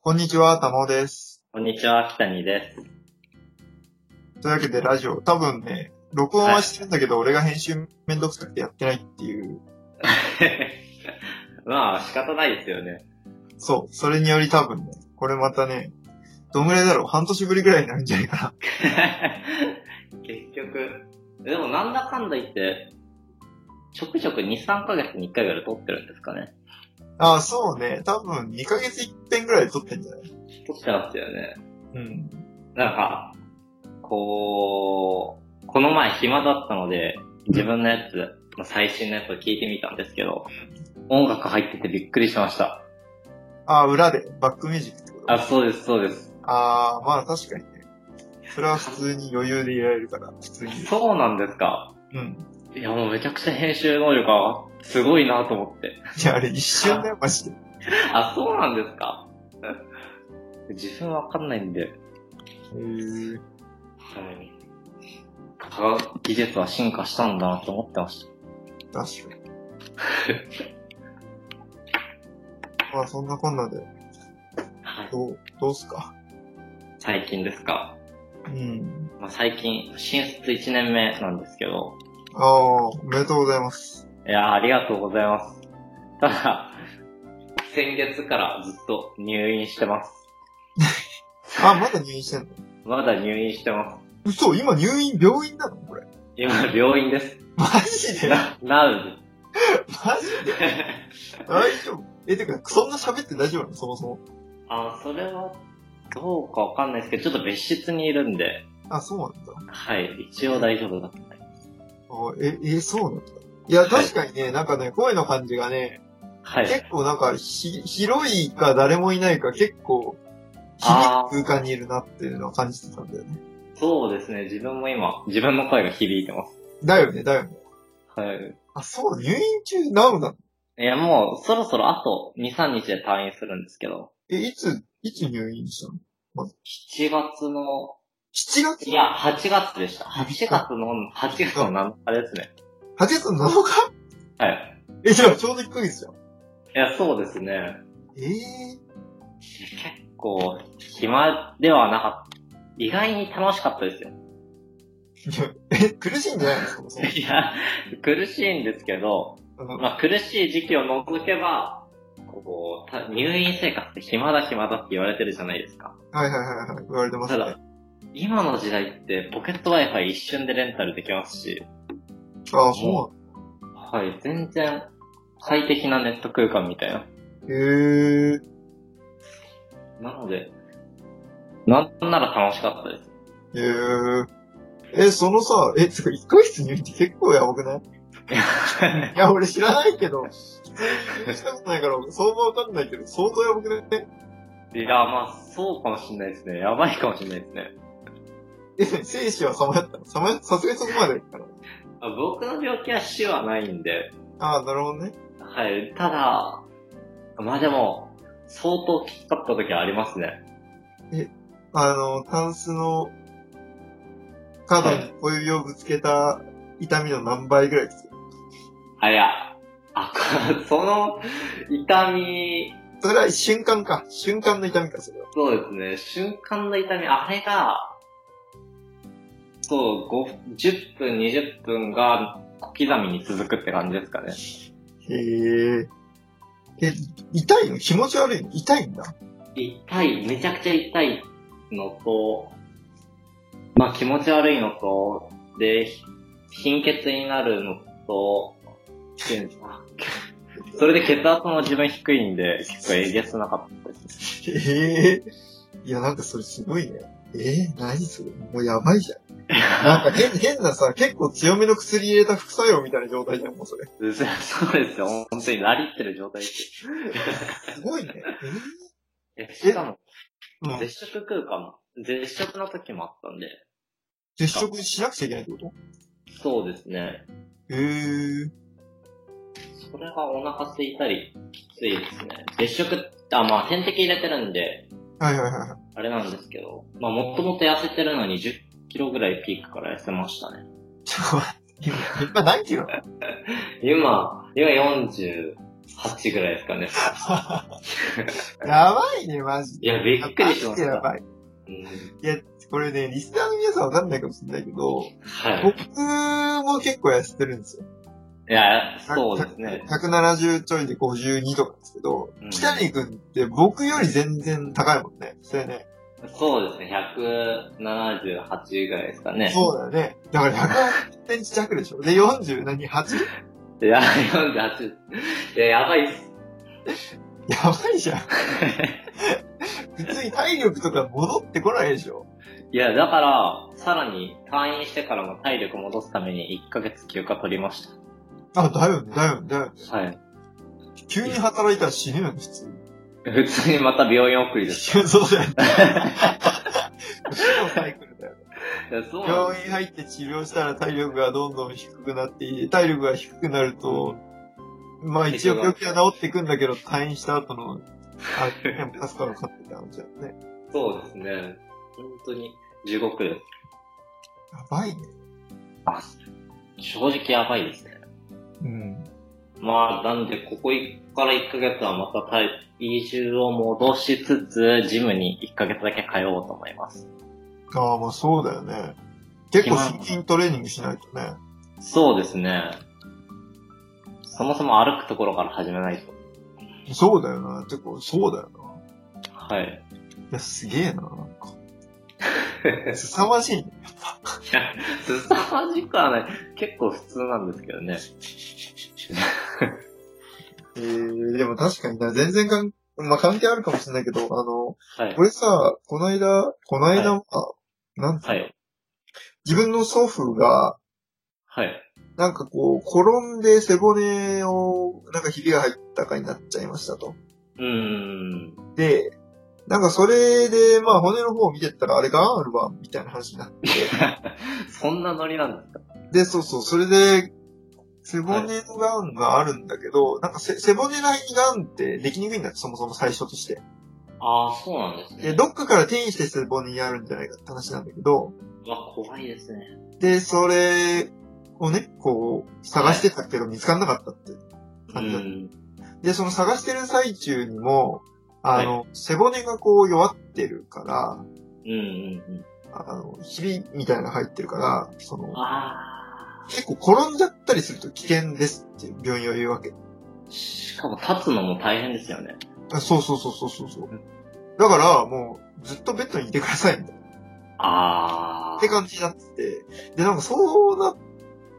こんにちは、たまおです。こんにちは、北にです。 というわけでラジオ、多分ね、録音はしてるんだけど、俺が編集めんどくさくてやってないっていう、まあ、仕方ないですよね。 そう、それにより多分ね、これまたね、どんぐらいだろう、半年ぶりぐらいになるんじゃないかな。結局。でも、なんだかんだ言って、ちょくちょく2、3ヶ月に1回ぐらい撮ってるんですかね。ああ、そうね、多分2ヶ月一遍ぐらい撮ってんじゃない撮ってますよね。うん。なんか、こう、この前暇だったので、自分のやつ、まあ最新のやつを聞いてみたんですけど、音楽入っててびっくりしました。ああ、裏で、バックミュージックってことあ、そうです、そうです。ああ、まあ確かにね。それは普通に余裕でいられるから、普通に。そうなんですか。うん。いや、もうめちゃくちゃ編集能力がすごいなと思って。いや、あれ一瞬だよ、マジで。あ、そうなんですか 自分わかんないんで、へえはい。科学技術は進化したんだなと思ってまし確かに。まあそんなこんなで、た。はい。どう、どうすか。最近ですか。うん。まあ、最近、新卒1年目なんですけど、ああ、おめでとうございます。いやーありがとうございます。ただ、先月からずっと入院してます。あ、まだ入院してんのまだ入院してます。嘘、今入院、病院なのこれ。今、病院です。マジでマな、なうジでです。大丈夫え、てか、そんな喋って大丈夫なのそもそも。 あ、それは、どうかわかんないですけど、ちょっと別室にいるんで、あ、そうなんだ。はい、一応大丈夫だった。あえ、え、そうなんだ。いや、確かにね、なんかね、声の感じがね、はい。結構なんかひ、広いか誰もいないか結構、あー響く空間にいるなっていうのは感じてたんだよね。そうですね、自分も今、自分の声が響いてます。だよね、だよね。はい。あ、そう、入院中なのだ。いや、もう、そろそろあと2、3日で退院するんですけど、え、いつ、いつ入院したの7月の、 ?7 月いや、8月でした。8月の、8月の7日ですね。 ?8 月の7日はい。え、じゃあちょうど1ヶ月じゃん。いや、そうですね。ええ結構、暇ではなかった。意外に楽しかったですよ。 いや、え、苦しいんじゃないですかもうそもいや、苦しいんですけど、うんまあ、苦しい時期を除けば、こう、た入院生活って暇だ暇だって言われてるじゃないですか。はいはいはいはい、言われてますたねだ。、今の時代ってポケット Wi-Fi 一瞬でレンタルできますし、ああ、そはい、全然快適なネット空間みたいな。うなの。へえなので、なんなら楽しかったです。えー。え、そのさ、え、つか1ヶ月入院って結構やばくないいや、俺知らないけど、普通に入院したことないから、相場わかんないけど、相当やばくない いや、まあ、そうかもしんないですね。やばいかもしんないですね。え、生死はさまやったのさまやさすがにそこまでやったのあ僕の病気は死はないんで、ああ、なるほどね。はい、ただ、まあでも、相当きつかった時はありますね。あの、タンスの角に小指をぶつけた痛みの何倍ぐらいですかあ、いや、あ、こその、痛み、それは瞬間か。瞬間の痛みか、それは。そうですね、瞬間の痛み、あれが、そう、ご10分、20分が小刻みに続くって感じですかね。へえ。え、痛いの気持ち悪いの痛いんだ。痛い、めちゃくちゃ痛いのと、まあ気持ち悪いのと、で、ひ貧血になるのと、であそれで血圧も自分低いんで、結構えげつなかったです。へえ。いや、なんかそれすごいね。えー、何それもうやばいじゃん。 なんか変、変なさ、結構強めの薬入れた副作用みたいな状態じゃん、もうそれ。そうですよ。本当になりってる状態です。すごいね。えしかも、えー、うん。絶食空間、絶食の時もあったんで。接触しなくちゃいけないってことそうですね。へえ。それがお腹空いたり、きついですね。絶食って、あ、まあ点滴入れてるんで、はいはいはいはい。あれなんですけど、まあもともと痩せてるのに10キロぐらいピークから痩せましたね。ちょっと待って。今何キロ今、今40 8ぐらいですかね。やばいね、マジで。いや、びっくりしましやた。ばい。うんこれね、リスナーの皆さんわかんないかもしれないけど、はい。僕も結構痩せてるんですよ。いや、そうですね。 170ちょいで52とかですけどうん、北谷君って僕より全然高いもんね。それね。そうですね。178ぐらいですかね。そうだよね。だから180センチ弱でしょ。で、40何 ?8? いや、48。いや、やばいっす。やばいじゃん。 普通に体力とか戻ってこないでしょ。いや、だから、さらに退院してからも体力戻すために1ヶ月休暇取りましあ、だよね、だよね、だよね。た。はい。急に働いたら死ぬよね、普通に。普通にまた病院送りです。 そうだよね。死のサイクルだよね。いや、そうなんで病院入って治療したら体力がどんどん低くなって、体力が低くなると、まあ一応病気は治っていくんだけど、退院した後の、あ、でも助かるかって話だよね。す。そうですね。本当に地獄です。やばいね。あ正直やばいですね。うん。まあ、なんで、ここから1ヶ月はまた体移住を戻しつつ、ジムに1ヶ月だけ通おうと思います。ああ、まあそうだよね。結構心筋トレーニングしないとね。そうですね。そもそも歩くところから始めないと。そうだよな。結構そうだよな。 はい。いや、すげえな、なんか。凄まじいね。いや、すさまじくはない。結構普通なんですけどね。えー、でも確かにな、全然かん、まあ、関係あるかもしれないけど、あの、はい。俺さ、この間、この間、あなんつうのはい。自分の祖父が、はい。なんかこう、転んで背骨を、なんかひびが入ったかになっちゃいましたと。うーん。で、なんかそれで、まあ骨の方を見てったら、あれがあるわ、みたいな話になって。そんなノリなんですかで、そうそう、それで、背骨のガンがあるんだけど、なんかせ背骨らへんにガンってできにくいんだって、そもそも最初として。ああ、そうなんですで、ね。どっかから転移して背骨にあるんじゃないかって話なんだけど、うわ、怖いですね。で、それをね、こう、探してたけど見つかんなかったってう感じだった。ん。で、その探してる最中にも、あの、背骨がこう弱ってるから、うんうんあの、ひびみたいなの入ってるから、そうん。の、ああ。結構転んじゃったりすると危険ですっていう病院は言うわけ。しかも立つのも大変ですよね。あそうそうそうそうそうそう。だから、もう、ずっとベッドにいてください、みたいな。ああ。って感じになってて。で、なんかそうなっ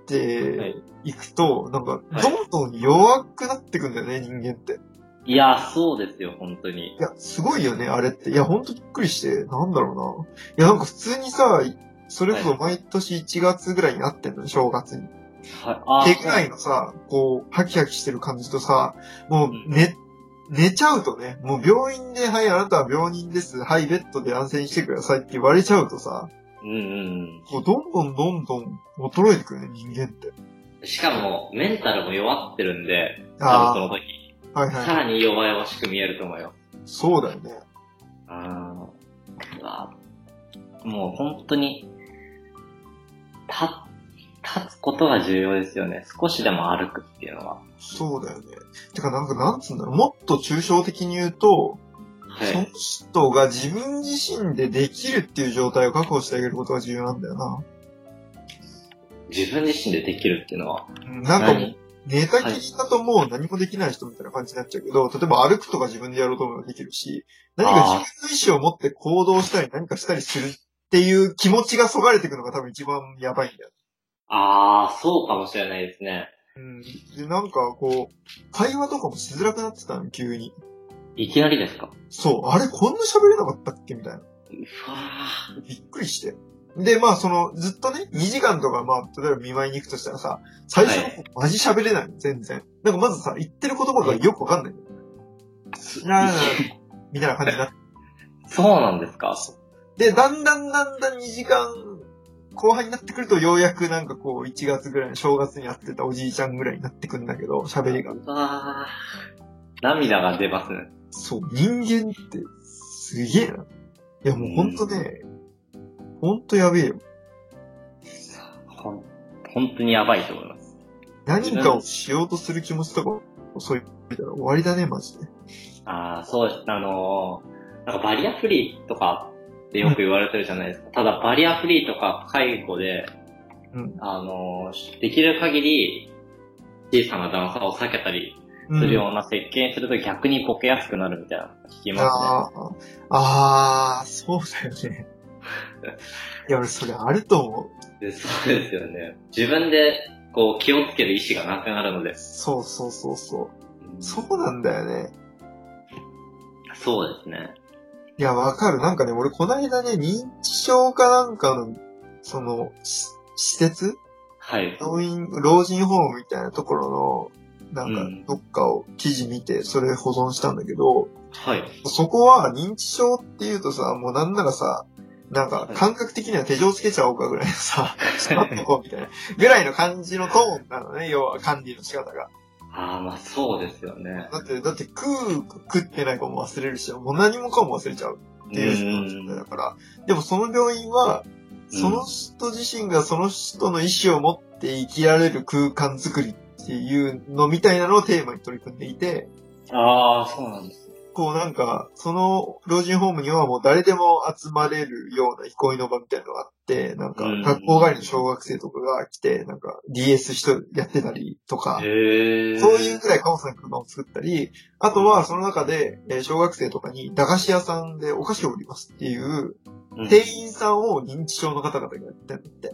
ていくと、なんか、どんどん弱くなってくんだよね、人間って。いいや、そうですよ、本当に。や、すごいよね、あれって。いや、ほんとびっくりして、なんだろうな。いや、なんか普通にさ、それこそ毎年1月ぐらいになってんのよ、正月に。はい。あ手ぐらいのさ、こう、ハキハキしてる感じとさ、もううん寝、寝ちゃうとね、もう病院で、はい、あなたは病人です、はい、ベッドで安静にしてくださいって言われちゃうとさ、うんうんこう、どんどんどんどん衰えてくるね、人間って。うん。しかも、メンタルも弱ってるんで、多分そのあ時、あ、はいさはい。らに弱々しく見えると思うよ。そうだよね。あーうわもう本当に、立、立つことが重要ですよね。少しでも歩くっていうのは。そうだよね。てか、なんか、なんつうんだろう、もっと抽象的に言うと、はそのい。人が自分自身でできるっていう状態を確保してあげることが重要なんだよな。自分自身でできるっていうのは。うんなんかもう、何寝たきりだともう何もできない人みたいな感じになっちゃうけど、例えば歩くとか自分でやろうと思えばできるし、何か自分の意思を持って行動したり何かしたりするっていう気持ちがそがれていくのが多分一番やばいんだよ。ああ、そうかもしれないですね。うん。で、なんかこう、会話とかもしづらくなってたの、急に。いきなりですかそう、あれこんな喋れなかったっけみたいな。うわーびっくりして。で、まあその、ずっとね、2時間とか、まあ、例えば見舞いに行くとしたらさ、最初の方、マジ喋れないの、全然。なんかまずさ、言ってる言葉がよくわかんない。なな みたいな感じになってそうなんですかで、だんだんだんだん2時間後半になってくると、ようやくなんかこう、1月ぐらいの正月に会ってたおじいちゃんぐらいになってくんだけど、喋りが。うわー涙が出ますね。そう、人間って、すげえな。いや、もうほんとね、ほんとやべえよ。ほん本当にやばいと思います。何かをしようとする気持ちとか、そういう見たら終わりだね、マジで。ああ、そう、あのーなんかバリアフリーとかってよく言われてるじゃないですか。ただバリアフリーとか介護で、うんあのーできる限り小さな段差を避けたりうすんるような設計にすると逆にボケやすくなるみたいなの聞きますね。あーあー、そうだよね。いや、俺それあると思う。でそうですよね。自分でこう気をつける意思がなくなるので。そうそうそうそう。そうなんだよね。そうですね。いや、わかる。なんかね、俺こないだね、認知症かなんかの、その、し施設はい。老人、老人ホームみたいなところの、なうんんか、どっかを記事見て、それ保存したんだけど、はい。 そこは認知症っていうとさ、もうなんならさ、なんかはい感覚的には手錠つけちゃおうかぐらいのさ、しまっとこうみたいな、ぐらいの感じのトーンなのね、要は管理の仕方が。ああ、まあそうですよね。だって、だって食うか食ってないかも忘れるし、もう何もかも忘れちゃうっていう人だから、でもその病院は、その人自身がその人の意思を持って生きられる空間づくりっていうのみたいなのをテーマに取り組んでいて、ああ、そうなんです。こうなんか、その老人ホームにはもう誰でも集まれるような憩いの場みたいなのがあって、なんかうん学校帰りの小学生とかが来て、なんか DS 人やってたりとか、へえ。そういうぐらいカオスな空間を作ったり、あとはその中で、えー小学生とかに駄菓子屋さんでお菓子を売りますっていう、うん店員さんを認知症の方々がやってるって。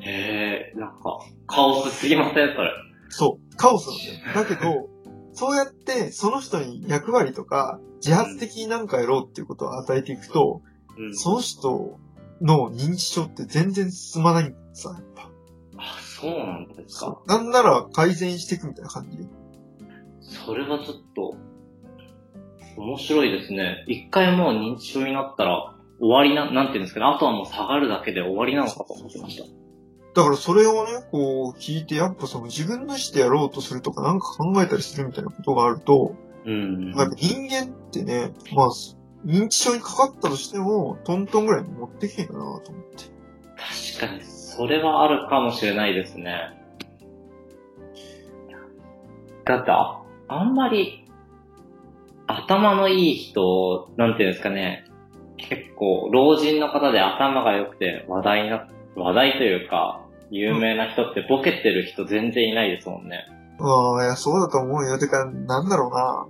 へえ、なんか、カオスすぎませんそれ。そう、カオスなんだよ。だけど、そうやってその人に役割とか、自発的に何かやろうっていうことを与えていくと、うんその人の認知症って全然進まないんですさ、やっぱ。あ、そうなんですか。なんなら改善していくみたいな感じ。それはちょっと、面白いですね。一回もう認知症になったら、終わりな、なんていうんですかね。あとはもう下がるだけで終わりなのかと思ってました。だからそれをね、こう聞いて、やっぱその自分の意思でやろうとするとか、なんか考えたりするみたいなことがあると、うん。まあやっぱ人間ってね、まあ、認知症にかかったとしても、トントンぐらいに持ってけへんかなと思って。確かに、それはあるかもしれないですね。だってあ、あんまり、頭のいい人、なんていうんですかね、結構、老人の方で頭が良くて話題にな、話題というか、有名な人ってボケてる人全然いないですもんね。ああ、いや、そうだと思うよ。てか、なんだろうな。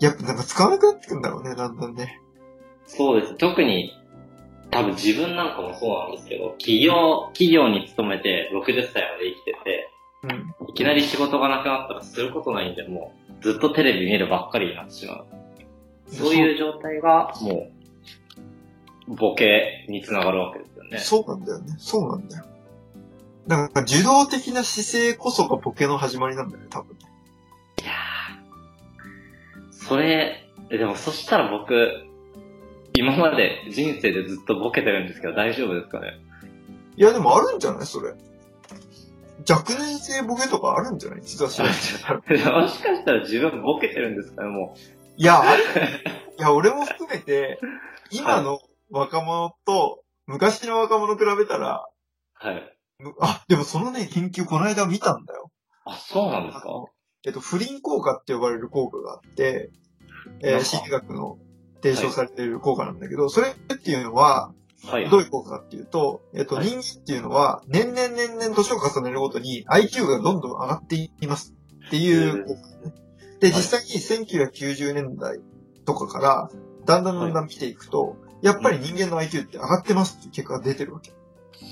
やっぱなんか使わなくなってくんだろうね、だんだんね。そうです。特に、多分自分なんかもそうなんですけど、企業、企業に勤めて60歳まで生きてて、うん。いきなり仕事がなくなったらすることないんで、もうずっとテレビ見るばっかりになってしまう。そういう状態が、もう、ボケにつながるわけですよね。そうなんだよね。そうなんだよ。なんか受動的な姿勢こそがボケの始まりなんだよね、多分。それ、えでもそしたら僕、今まで人生でずっとボケてるんですけど大丈夫ですかねいや、でもあるんじゃないそれ。若年性ボケとかあるんじゃない実は知らない。 もしかしたら自分ボケてるんですかねもいや、ある。いや、俺も含めて、今の若者と昔の若者比べたら、う。はい。むあ、でもそのね、研究この間見たんだよ。あ、そうなんですかえっと、不倫効果って呼ばれる効果があって、なえんー、か心理学の提唱されている効果なんだけど、それっていうのは、はい。どういう効果かっていうと、えっと、はい人間っていうのは、年々年々年を重ねるごとに IQ がどんどん上がっていますっていう効果ね。で、はい実際に1990年代とかから、だんだんだんだん見ていくと、やっぱり人間の IQ って上がってますっていう結果が出てるわけ。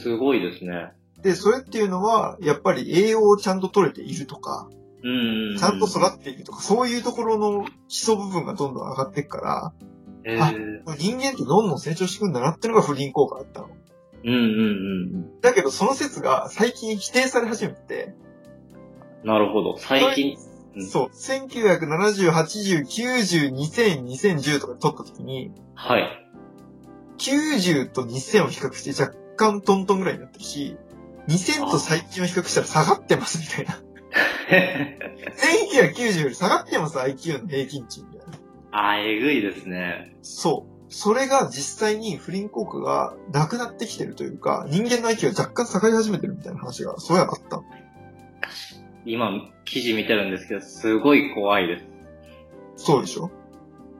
すごいですね。で、それっていうのは、やっぱり栄養をちゃんと取れているとか、うん。ちゃんと育っているとか、そういうところの基礎部分がどんどん上がっていくかえあー、ら、人間ってどんどん成長していくんだなっていうのが不倫効果だったの。うんうんうん。だけど、その説が最近否定され始めて、なるほど。最近。うんそう、1970、80、90、2000、2010とか取った時に、はい。 90と2000を比較して若干トントンぐらいになってるし、2000と最近を比較したら下がってますみたいな。1990より下がってます、IQ の平均値みたいな。あー、えぐいですね。そう。それが実際に不倫効果がなくなってきてるというか、人間の IQ が若干下がり始めてるみたいな話が、そうやあった。今、記事見てるんですけど、すごい怖いです。そうでしょ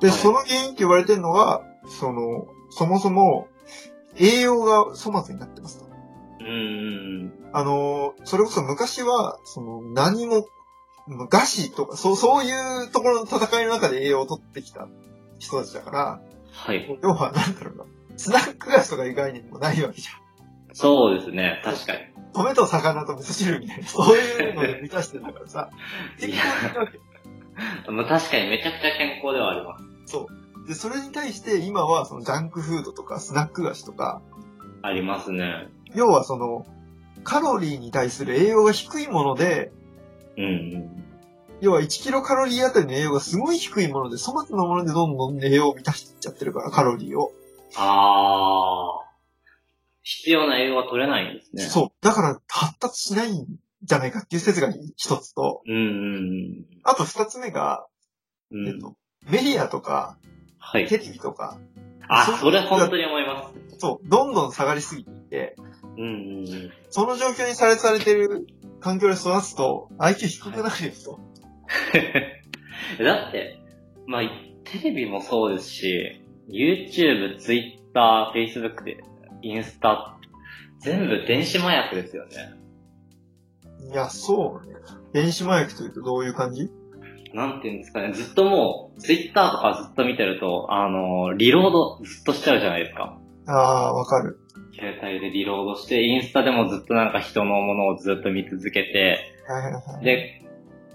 で、はいその原因って言われてるのが、その、そもそも、栄養が粗末になってますと。うーん。あのー、それこそ昔は、その、何も、餓死とか、そう、そういうところの戦いの中で栄養を取ってきた人たちだから、はい。要は、なんだろうな、スナック菓子とかいう概念もないわけじゃそうですね、確かに。ん。米と魚と味噌汁みたいな、そういうので満たしてたからさ、健 いや康なわけ。まあ、確かにめちゃくちゃ健康ではあります。そう。で、それに対して今は、その、ジャンクフードとか、スナック菓子とか、ありますね。要はその、カロリーに対する栄養が低いもので、うんうん。要は1キロカロリーあたりの栄養がすごい低いもので、粗末なものでどんどん栄養を満たしていっちゃってるから、カロリーを。あー。必要な栄養は取れないんですね。そう。だから発達しないんじゃないかっていう説が一つと、うんうんあと二つ目が、うん。うえっん。と、メディアとか、はい。テレビとか、あ、それ本当に思います。そう、どんどん下がりすぎていて、うんうんうん。その状況にさらされてる環境で育つと、IQ 低くなるよと。 だって、まあ、テレビもそうですし、YouTube、Twitter、Facebook で、インスタ、全部電子麻薬ですよね。いや、そうね。電子麻薬というとどういう感じなんていうんですかね、ずっともう、Twitter とかずっと見てると、あの、リロードずっとしちゃうじゃないですか。ああー、わかる。携帯でリロードして、インスタでもずっとなんか人のものをずっと見続けて、はいはいはい。で、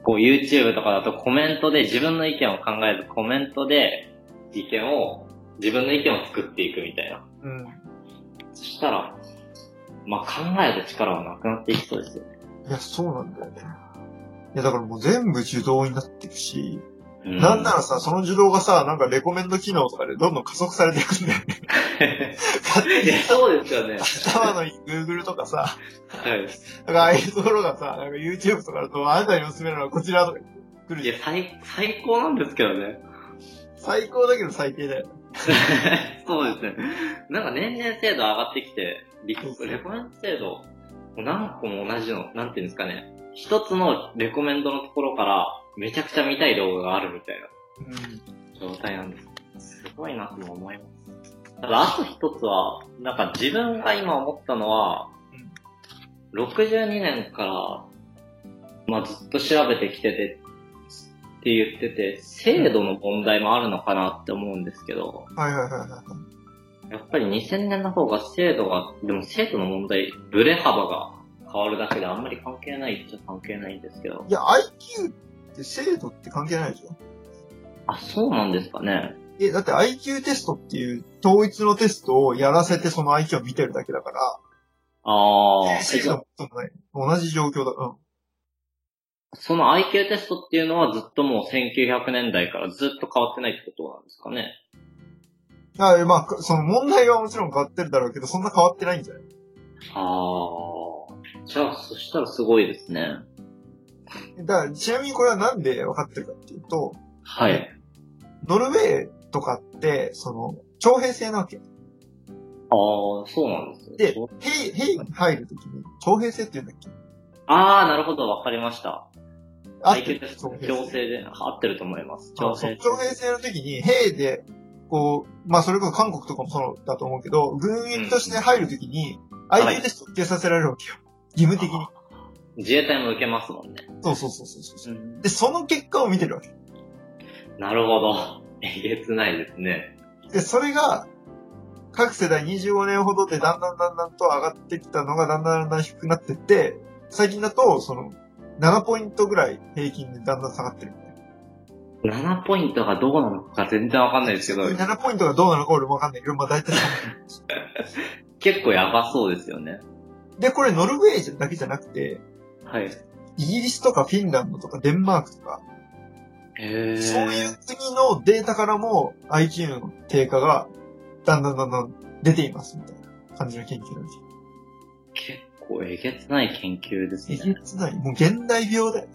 こう YouTube とかだとコメントで自分の意見を考えずコメントで意見を、自分の意見を作っていくみたいな。うん。そしたら、まあ、考える力はなくなっていきそうですよね。いや、そうなんだよね。いや、だからもう全部受動になってるし、うなんならさ、その受動がさ、なんかレコメンド機能とかでどんどん加速されていくんだよね。 いやそうですよね。頭のいい Google とかさ、はい。なんかああいうところがさ、なんか YouTube とかだと、あなたにおすすめなのはこちらとか来るいじゃやん。、最、最高なんですけどね。 最高だけど最低だよね。そうですね。なんか年々精度上がってきて、リコレコメンド精度、何個も同じの、なんていうんですかね。一つのレコメンドのところから、めちゃくちゃ見たい動画があるみたいなうん。状態なんです。すごいなとも思います。ただ、あと一つは、なんか自分が今思ったのは、62年から、まあずっと調べてきてて、って言ってて、制度の問題もあるのかなって思うんですけど、はいはいはいはい。やっぱり2000年の方が制度が、でも制度の問題、ブレ幅が変わるだけであんまり関係ないっちゃ関係ないんですけど。いや、IQ って精度って関係ないでしょあ、そうなんですかね。え、だって IQ テストっていう統一のテストをやらせてその IQ を見てるだけだから、あ あ、え精じ度ゃもあそうもない。同じ状況だ。うん。その IQ テストっていうのはずっともう1900年代からずっと変わってないってことなんですかね。あえまあ、かその問題はもちろん変わってるだろうけど、そんな変わってないんじゃないああ、じゃあそしたらすごいですね。だから、ちなみにこれはなんで分かってるかっていうと、はい。ノルウェーとかって、その、徴兵制なわけ。ああ、そうなんですね。で、兵、兵に入るときに、徴兵制って言うんだっけああ、なるほど、わかりました。あ IQ テスト、強制で合ってると思います。徴兵強制。そ制う。徴兵制の時に、兵で、こう、まあ、それこそ韓国とかもそうだと思うけど、軍役として入るときに、ん IQ テストを受けさせられるわけよ。義務的に。自衛隊も受けますもんね。そうそうそうそうそう。で、その結果を見てるわけ。なるほど。 えげつないですね。で、それが、各世代25年ほどでだんだんだんだんと上がってきたのがだんだんだんだん低くなってって、最近だと、その、7ポイントぐらい平均でだんだん下がってるみたい7ポイントがどうなのか全然わかんないですけど、な。7ポイントがどうなのか俺もわかんないけど、まあ大体そ結構やばそうですよね。う。で、これノルウェーだけじゃなくて、はい。イギリスとかフィンランドとかデンマークとか、へーそういう国のデータからも IQ の低下がだんだんだんだん出ていますみたいな感じの研究なんですよ。結構えげつない研究ですえね。げつない。もう現代病だよ。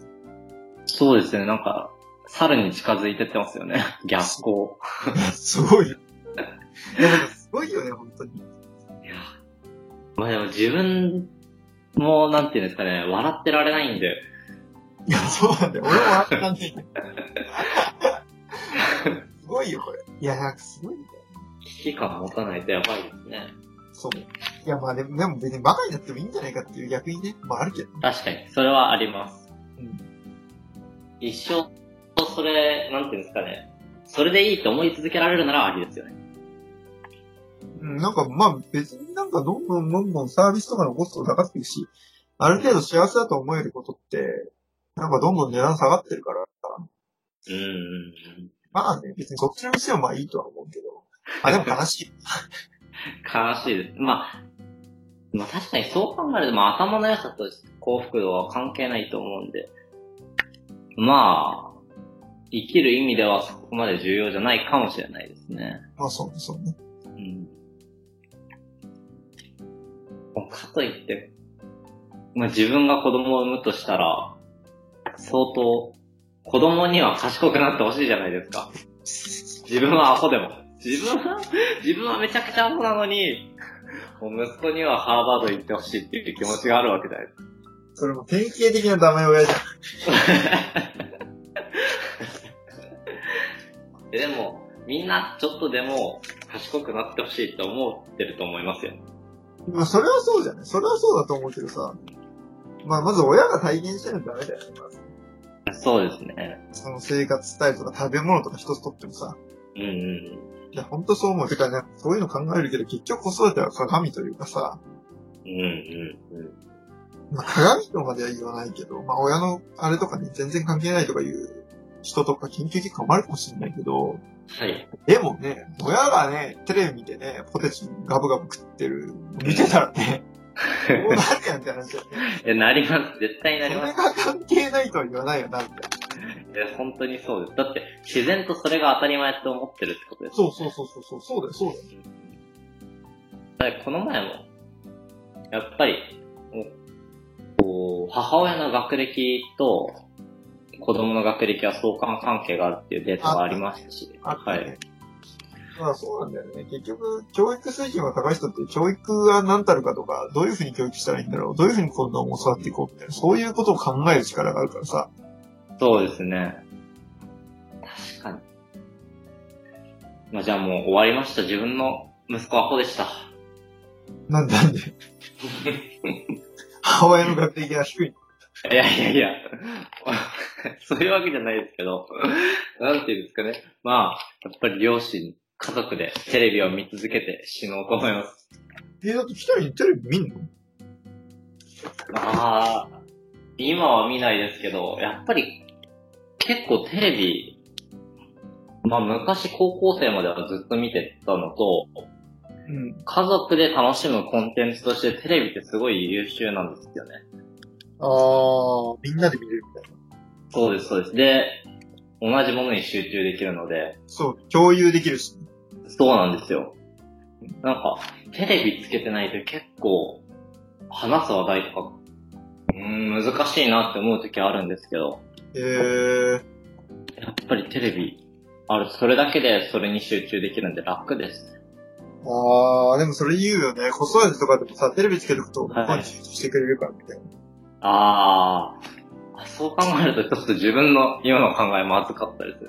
そうですね、なんか、猿に近づいてってますよ ね。逆光。すごい。いや、なんかすごいよね、本当に。いや。まあでも自分も、なんていうんですかね、笑ってられないんで、いや、そうなんだよ。俺もあった感じ。すごいよ、これ。いや、なんかすごいんだよ。危機感持たないとやばいですね。そう。いや、まあでも、でも別にバカになってもいいんじゃないかっていう逆にね、まああるけど。確かに、それはあります。うん一生、それ、なんていうんですかね。それでいいって思い続けられるならありですよね。うん、なんかまあ別になんかどんどんどんどんサービスとかのコストが下がっていくし、ある程度幸せだと思えることって、なんかどんどん値段下がってるから、うんうんうん。まあね、別にそっちの店はまあいいとは思うけど。あ、でも悲しい。悲しいです。まあ、まあ確かにそう考えると、まあ頭の良さと幸福度は関係ないと思うんで、まあ、生きる意味ではそこまで重要じゃないかもしれないですね。まあそうね、そうね。うん。かといって、まあ自分が子供を産むとしたら、相当、子供には賢くなってほしいじゃないですか。自分はアホでも。自分は、自分はめちゃくちゃアホなのに、もう息子にはハーバード行ってほしいっていう気持ちがあるわけじゃないですか。それも典型的なダメ親じゃん。えでも、みんなちょっとでも賢くなってほしいって思ってると思いますよ。まあそれはそうじゃない。それはそうだと思うけどさ。まあまず親が体験してないとダメだよね。まずそうですね。その生活スタイルとか食べ物とか一つとってもさ。うんうん。いや、ほんとそう思う。てかね、そういうの考えるけど、結局子育ては鏡というかさ、うんうんうん。まあ、鏡とまでは言わないけど、まあ、親のあれとかに全然関係ないとかいう人とか研究結果もあるかもしれないけど、はい。でもね、親がね、テレビ見てね、ポテチガブガブ食ってる、見てたら ね、こうなるやんって話だよね。え、なります。絶対そなりれます。が関係ないとは言わないよな、みたいな。え、 本当にそうです。だって、自然とそれが当たり前って思ってるってことです。そうそうそうそうそう、そうだよ、そうだよ。だってこの前も、やっぱり、こう、母親の学歴と、子供の学歴は相関関係があるっていうデータがありましたし、あったはね。い。まあそうなんだよね。結局、教育水準が高い人って、教育が何たるかとか、どういうふうに教育したらいいんだろう、どういうふうに子供を育っていこうみたいな、そういうことを考える力があるからさ、そうですね。確かに。まあ、じゃあもう終わりました。自分の息子はアホでした。 なんでなんで。母親の学歴が低い。いやいやい や、そういうわけじゃないですけど、なんていうんですかね。まあ、やっぱり両親、家族でテレビを見続けて死のうと思います。え、だって一人にテレビ見んのああ、今は見ないですけど、やっぱり結構テレビ、まあ昔高校生まではずっと見てたのと、うん。家族で楽しむコンテンツとしてテレビってすごい優秀なんですよね。あー、みんなで見れるみたいな。そうです、そうです。で、同じものに集中できるので、そう、共有できるし。そうなんですよ。なんか、テレビつけてないと結構、話す話題とか、うーん、難しいなって思う時はあるんですけど、えー、やっぱりテレビ、ある、それだけでそれに集中できるんで楽です。あー、でもそれ言うよね。子育てとかでもさ、テレビつけると、はいまあ集中してくれるからみたいな。あー、そう考えるとちょっと自分の今の考えまずかったです。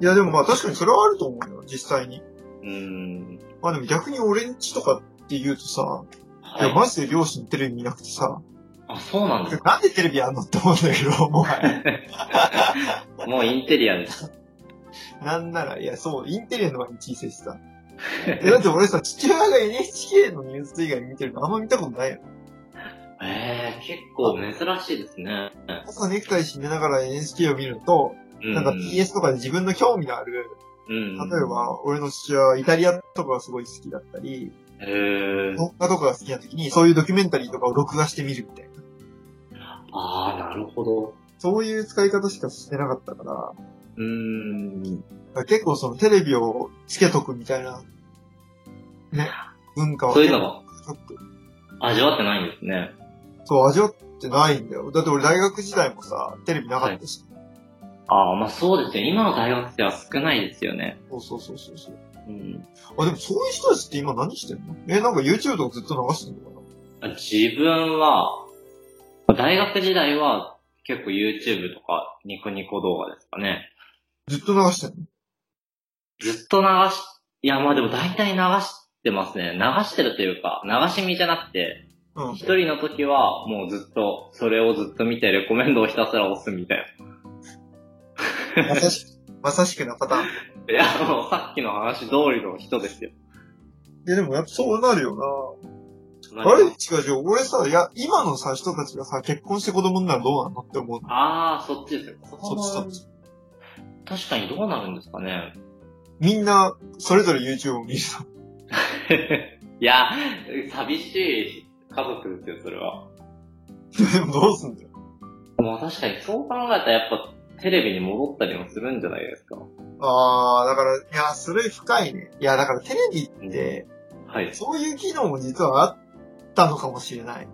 いや、でもまあ確かにそれはあると思うよ、実際に。うーん、まあでも逆に俺んちとかって言うとさ、い、や、はい。マジで両親テレビ見なくてさ、 あ、そうなんですなんでテレビあんのって思うんだけど、もう、か。もうインテリアです。なんなら、いや、そう、インテリアの前に小さいし さ。え、だって俺さ、父親が NHK のニュース以外見てるのあんま見たことないよ。えー、結構珍しいですね。朝ネクタイ締めながら NHK を見ると、うんなんか TS とかで自分の興味のある、うん例え。ば、俺の父親はイタリアとかがすごい好きだったり、えー、音楽とかが好きな時に、そういうドキュメンタリーとかを録画して見るみたいな。ああ、なるほど。そういう使い方しかしてなかったから、うーん。結構そのテレビをつけとくみたいな、ね、文化はそういうのが結構ちょっ味わってないんですね。とそう、味わってないんだよ。だって俺大学時代もさ、テレビなかったし。ああ、まあそうですよ。今の大学生は少ないですよね。そうそうそうそうそう。うん。あ、でもそういう人たちって今何してんのえ、なんか YouTube とかずっと流してんのかな自分は、大学時代は結構 YouTube とかニコニコ動画ですかね。ずっと流してんのずっと流し、いやまあでも大体流してますね。流してるというか、流し見じゃなくて、うん。一人の時はもうずっと、それをずっと見てレコメンドをひたすら押すみたいまさしく、 まさしくなパターン。いな。いやもうさっきの話通りの人ですよ。や、でもやっぱそうなるよな。あれ違う違う。俺さ、いや、今のさ、人たちがさ、結婚して子供になるどうなのって思う。ああ、そっちですよ。そっちそっち。確かにどうなるんですかね。 みんな、それぞれ YouTube を見るさ。いや、寂しい家族ですよ、それは。でも どうすんだよ。もう確かにそう考えたらやっぱテレビに戻ったりもするんじゃないですか。あー、だから、いや、それ深いね。いや、だからテレビって、はい。そういう機能も実はあったのかもしれない。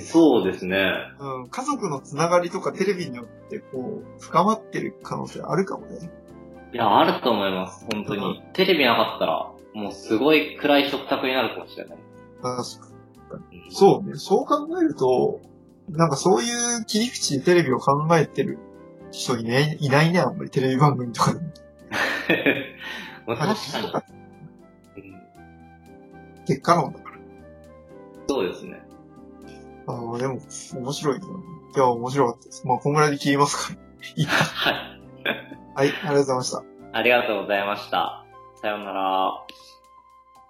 そうですね。うん、家族のつながりとかテレビによって、こう、深まってる可能性あるかもね。いや、あると思います、本当うに。テレビなかったら、もうすごい暗い食卓になるかもしれない。あそうね。そう考えると、なんかそういう切り口でテレビを考えてる人いないいないね、あんまりテレビ番組とかでも。 うん。まあ確かに。うん結果論だから。そうですね。ああ、でも、面白いな。いや、面白かったです。まあ、こんぐらいで切ります から。はい。はい、ありがとうございました。ありがとうございました。さようなら。